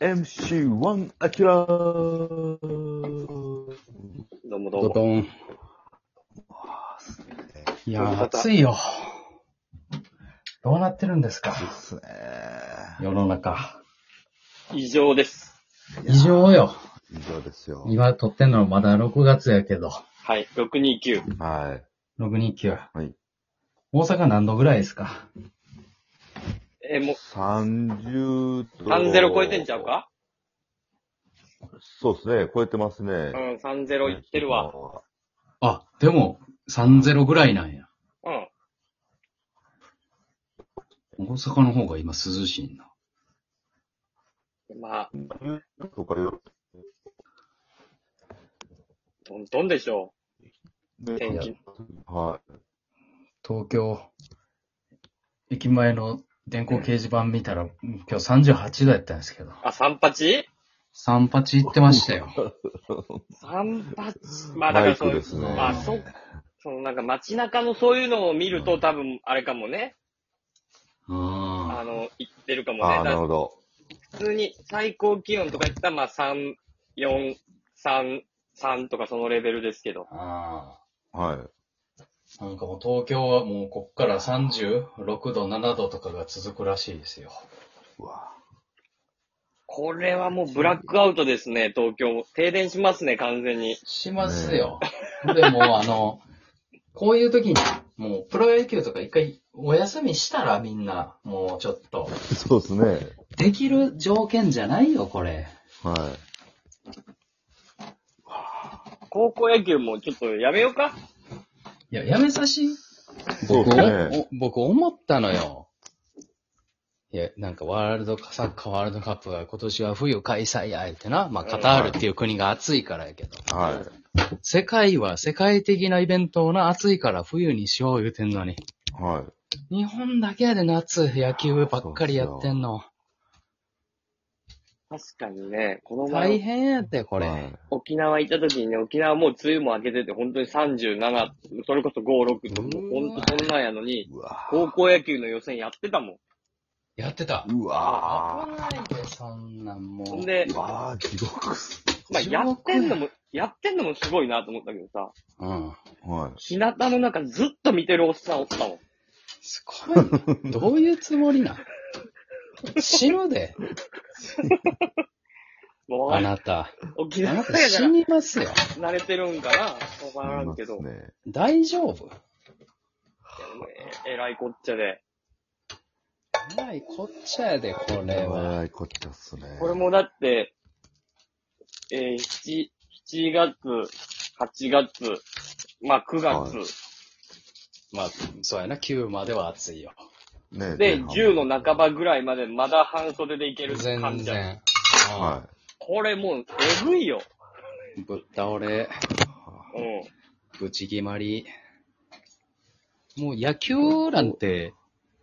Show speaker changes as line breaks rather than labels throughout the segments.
4MC1 アキラ
どうもど
ド
うも。
ドン。いや
どうも
ー、暑いよ。どうなってるんですか、
ですね。
世の中。
異常です。
異常よ。
以上ですよ。
今撮ってんのまだ6月やけど。
はい、629。
は
629。
はい
大阪何度ぐらいですか
えーも
い。30
う、
と。
30超えてんちゃうか
そうですね、超えてます
う
ね。
ん、30いってるわ。。
あ、でも、30ぐらいなんや。
うん。
大阪の方が今涼しいな。
まあ、
とかよ。
どんどんでしょ天気。
は
東京、駅前の電光掲示板見たら、今日38度やったんですけど
う。。あ、38?38?
38行ってました よ。
まあ、だからそう
マイク
い
で
う、
すね
まあ、そ、そのなんか街中のそういうのを見ると多分、あれかもね。
うん
あの、行ってるか
い。
も
あ
ね。だ
あ、
か
なる
ら
ほど。
普通に最高気温とか言ったら、まあ、3、4、3、3とかそのレベルですけど。
ああ。
は
なんかもう東京はもうこっから36度、7度とかが続くらしいですよ。
い。うわ
これはもうブラックアウトですね、東京。停電しますね、完全に。
しますよ。でも、あの、こういう時に、もうプロ野球とか一回お休みしたらみんな、もうちょっと。
そうですね。
できる条件じゃないよ、これ。
はい。
高校野球もちょっとやめようか。
いや、やめさし
そう
僕、
ですね。
お僕思ったのよ。いや、なんかワールドカサッカーワールドカップが今年は冬開催や、ってな。まあ、カタールっていう国が暑いからやけど。
は
世界は世界的なイベントをな、暑いから冬にしよう言うてんのに。
い。はい。
日本だけやで夏、野球ばっかりやってんの。
確かにね、この
大
前、
変やって、こ
こ
れ。
沖縄行った時にね、沖縄もう梅雨も明けてて、本当に37、それこそ5、6と、もう本当そんなんやのに、
うわ
高校野球の予選やってたもん。
やってた。
うわ
危ないで、そんなんも
ほん
う。
で
う、わー地獄っす。
まあ、やってんのも、やってんのもすごいなと思ったけどさ、
うん。
はい。
日向の中ずっと見てるおっさんおったもん。
すごいな。どういうつもりなん死ぬで、
も
あ
う、
なた。
沖縄
あな
や
た
か
死
ら
にますよ。
慣れてるんかなわからんけど
い。ますね
大丈夫
ええらいこっちゃで。
えらいこっちゃやで、これは。
は。い、こっちゃっすね。
これもだって、えー、7、7月、8月、まあ9月、
は
まあ、そうやな、9までは暑いよ。
ね。
で、
前半
10の半。ばぐらいまでまだ半袖でいける感
全
じじゃん
然。
は
これもう、えぐいよ。
い。ぶっ倒れ。
う
ぶち決まり。もう野球なんて、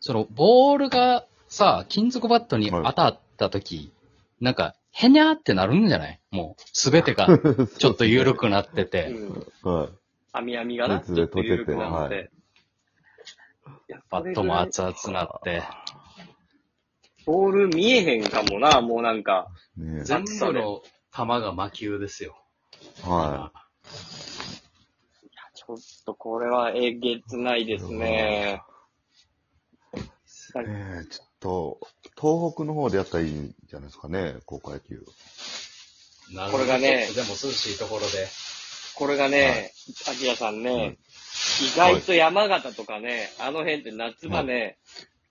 そのボールがさ、金属バットに当たった時、なんか、へにゃーってなるんじゃないもう、すべて が
い。
ちょっと緩くなってて、
ん。うん。
はい。
網網がな、
熱
ちょっ
で
と
取ってて
緩くなって。いや
バ
それぐ
ットも
らい
熱々なって、
ボール見えへんかもな、もうなんか。
ね
全部の球が魔球ですよ。
は
ちょっとこれはえげつないですね。
い。ねえ、ちょっと、東北の方でやったらいいんじゃないですかね、高校野球。
なる
これがね
でも涼しいところで。
これがね、アキラさんね、意外と山形とかね、あの辺って夏場ね、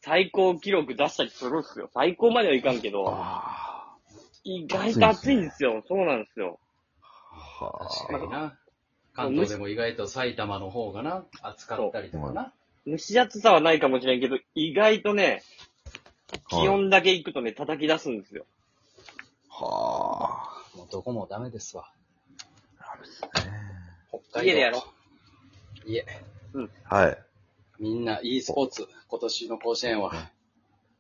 最高記録出したりするんすよ。最高まではいかんけど、
あ
意外と暑いんですよ。そうなんですよ。
あ。は
確かにな。関東でも意外と埼玉の方がな、暑かったりとかな。
蒸し暑さはないかもしれんけど、意外とね、
はい
気温だけ行くとね、叩き出すんですよ。
あ。はあ。
もうどこもダメですわ。北海道
家でやろ
家。
はい。
みんな e スポーツ、今年の甲子園は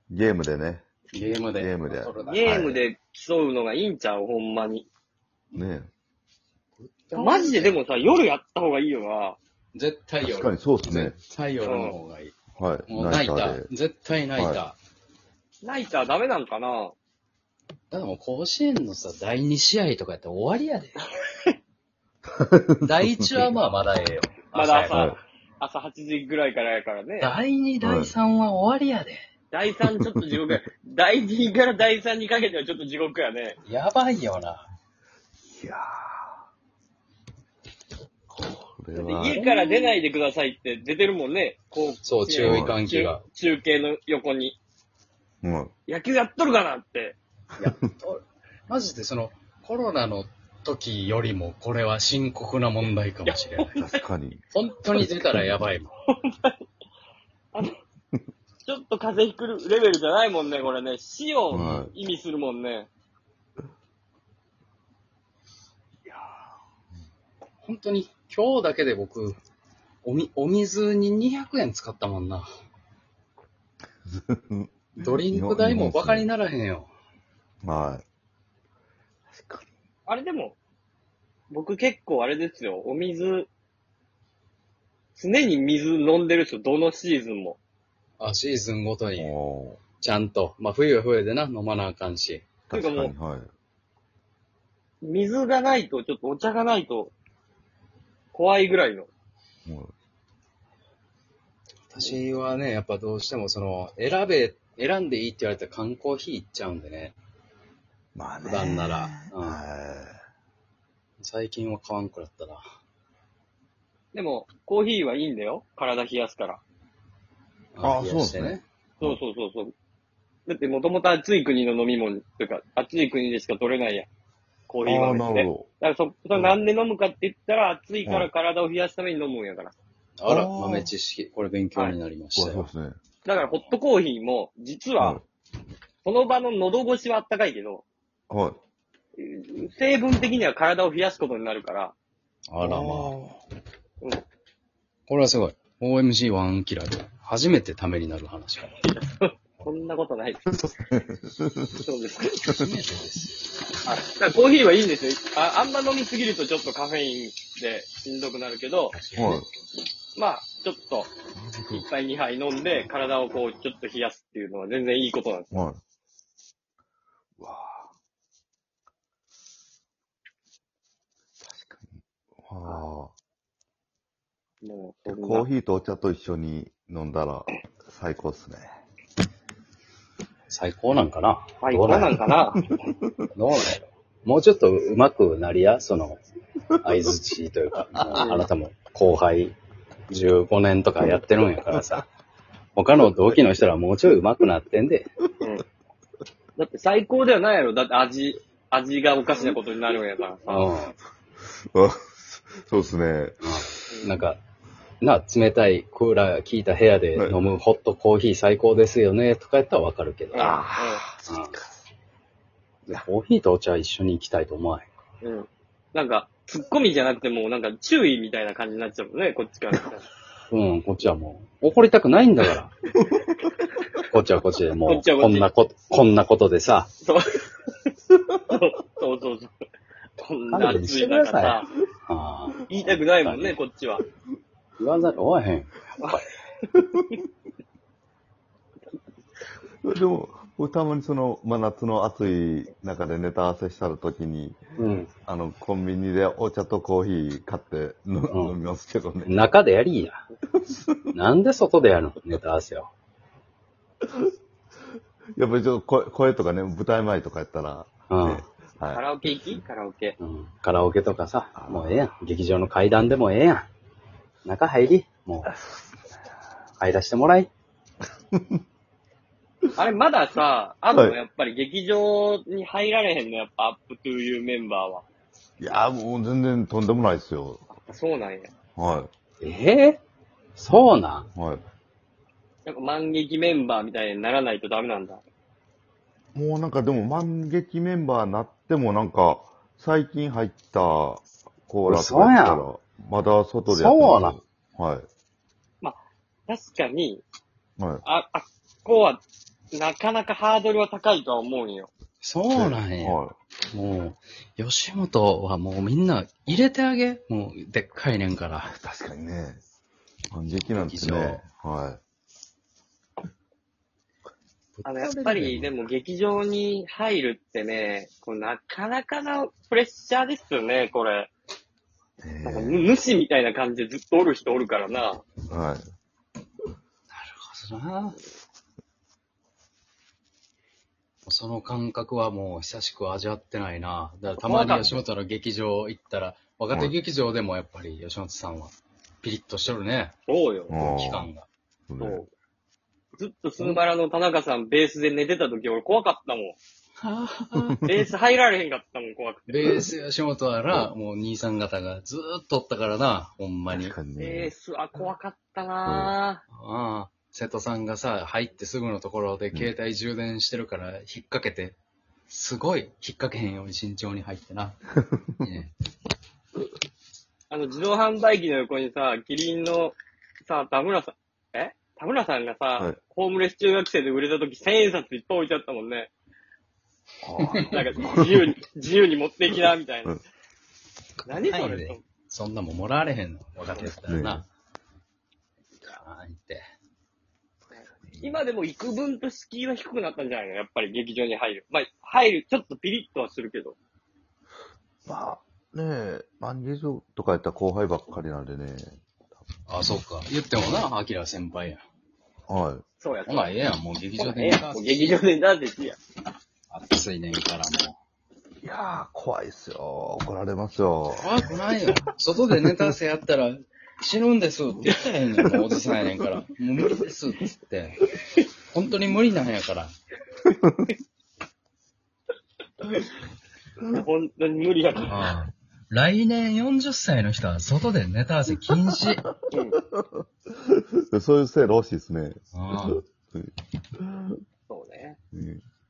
ゲームでね。
ゲームで。
ゲームで
取るな
ゲームで競うのがいいんちゃうほんまに。
ね
マジででもさ、夜やった方がいいよな。
絶対
え。
夜。
確かにそうですね。
絶対夜の方がいい。
はい。
もう泣い
ナイタ
た
ーで。。
絶対泣いた。
は
ナイターダメなんかな
だからもう甲子園のさ、第2試合とかやったら終わりや で。第1はまあまだええよ。
まだ朝
や
はい。
朝8時ぐらいからやからね。
第2、第3は終わりやで。
第3ちょっと地獄や。 第2から第3にかけてはちょっと地獄やね。
やばいよな。
いやーこれ
だって
は、
家から出ないでくださいって出てるもんね。こう、
そう、注意喚起が。
中中継の横に。
うん。
野球やっとるかなって。
マジでその、コロナの時よりもこれは深刻な問題かもしれない。
確かに。
本当に出たらやばいもん。
ちょっと風邪ひくレベルじゃないもんね、これね。死
は
を意味するもんね。
本当に今日だけで僕、おみ、お水に200円使ったも んな。ドリンク代もバカにならへんよ。
はい。
あれでも、僕結構あれですよ。お水、常に水飲んでる人、どのシーズンも。
あ、シーズンご とに、
お
ちゃんと。まあ冬は冬でな、飲まなあかんし。
ー確かに、はい。
水がないと、ちょっとお茶がないと、怖いぐらいの。
もう
私はね、やっぱどうしてもその、選べ、選んでいいって言われたら缶コーヒーいっちゃうんでね。
まあね。
普段ならうん
は
最近は買わんくなったな。
でも、コーヒーはいいんだよ。体冷やすから。
あ
冷やして
そうですね。
そうそうそうそう。だってもともと暑い国の飲み物というか、暑い国でしか取れないやん。コーヒ
い。
ー
あ
は
あ、
です
な
ね
る。ほ
だからそ、それなんで飲むかって言ったら、暑いから体を冷やすために飲むんやから。
あら、
あー
豆知識。これ勉強になりまし
ど。
た
わかり
よ
ま。すね。
だから、ホットコーヒーも、実は
は、
その場の喉越しはあったかいけど、
い。はい。
成分的には体を冷やすことになるから、
あらまあ。
うん
これはすごい。OMG1 キラーで初めてためになる話かも。
そんなこ とないです。そうです。
初めてです
はいだからコーヒーはいいんですよ。ああんま飲みすぎるとちょっとカフェインでしんどくなるけど、
あ。はい。
まあ、ちょっと、1杯2杯飲んで、体をこう、ちょっと冷やすっていうのは全然いいことなんです。
はい。うわあ。確かに。わあ。
もう、
コーヒーとお茶と一緒に飲んだら最高っすね。
最高なんかな
はい、どうなんかな
どうなんやろもうちょっとうまくなりやその、相づちというか、ああなたも後輩15年とかやってるんやからさ。他の同期の人らもうちょいうまくなってんで。
うんだって最高ではないやろ。だって味、味がおかしなことになるんやから
う
さ。
ん。
あそうっすね。
なんか、な、冷たいクーラーが効いた部屋で飲むホットコーヒー最高ですよね、とかやったらわかるけど。
あ
うんでコーヒーとお茶は一緒に行きたいと思わへん。
うん。うん。なんか、ツッコミじゃなくてもうなんか注意みたいな感じになっちゃうもんね、こっちから。
うん、こっちはもう、怒りたくないんだから。こっちはこっちで
こ
も
っち
う、
はこ
こ
っち
んなこと、こんなことでさ、
そう。そうそうそう。こんな暑い中さ、
あー
言いたくないもんね、こっちは。
言わざるを得へん。
あ。でも、僕たまにその真夏の暑い中でネタ合わせしたら時に、
うん。
あの、コンビニでお茶とコーヒー買って飲
うん
飲みますけどね。
中でやりいや。なんで外でやるのネタ合わせを。
やっぱりちょっと声声とかね、舞台前とかやったら、
うん
ね。
カ
は
ラオケ行きカラオケ。
うん。カラオケとかさ、もうええやん。劇場の階段でもええやん。中入り、もう、入らしてもらい。
あれ、まださ、あんの、
はい
やっぱり劇場に入られへんの、やっぱ、アップトゥーユーメンバーは。
い。いやーもう全然とんでもないですよ。
そうなんや。
は
ええそうな
い。
ん
はい。
やっぱ、万劇メンバーみたいにならないとダメなんだ。
もうなんかでも、万劇メンバーなってもなんか、最近入ったコーラとかやったら、まだ外でやってます
そうなん
は
確かに、
い。はい。
あ、あっこは、なかなかハードルは高いとは思うんよ。
そうなんや。
は
もう、吉本はもうみんな入れてあげ。もう、でっかいねんから。
い。確かにね。万劇なんですね。は
あの、やっぱり、でも劇場に入るってね、こうなかなかなプレッシャーですよね、これ。なんか、
ね
ぬ主みたいな感じでずっとおる人おるからな。
えはい。
そうだなその感覚はもう久しく味わってないな。だからたまに吉本の劇場行ったら、若手劇場でもやっぱり吉本さんはピリッとしとるね、
そうよ。
うん
期間が。
そ
そ
れ
う。ずっとスーバラの田中さんベースで寝てた時俺怖かったも ん。 ベース入られへんかったもん、怖くて。
ベース吉本はな、もう兄さん方がずーっとおったからな、ほんまに
確。かに
ベー
ね。
ス、あ、怖かったなぁ。
ああ、瀬戸さんがさ、入ってすぐのところで携帯充電してるから引っ掛けて、すごい引っ掛けへんように慎重に入ってな。ね
あの、自動販売機の横にさ、キリンの、さ、田村さん、え田村さんがさ、
はい
ホームレス中学生で売れた時、千円札いっぱい置いちゃったもんね。なんか、 自由に、自由に持っていきな、みたいな。
うん
何そ
ない
れ、
でそんなもんもらわれへんの、若手やったら
ね
な。ガーンって。
今でも幾分と敷居は低くなったんじゃないのやっぱり劇場に入る。まあ、入る、ちょっとピリッとはするけど。
まあ、ねえ、マンゲージョとかやったら後輩ばっかりなんでね。
あ、そうか。言ってもな、アキラ先輩や。
は
そうや、
ほら、ええやん、もう劇場で
ええやんもう劇場でなんでいいや。
暑いねんからも
い。いやー、怖いっすよ。怒られますよ
う。。怖くないよ。外でネタせやったら、死ぬんですって言ったらええねんもうおじさんやねんから。もう無理ですっつって。本当に無理なんやから。
本当に無理やから。
来年40歳の人は外でネタ合わせ禁止。
うん。
そういう制度欲しいですね。
ああ
うん
そうね。
うん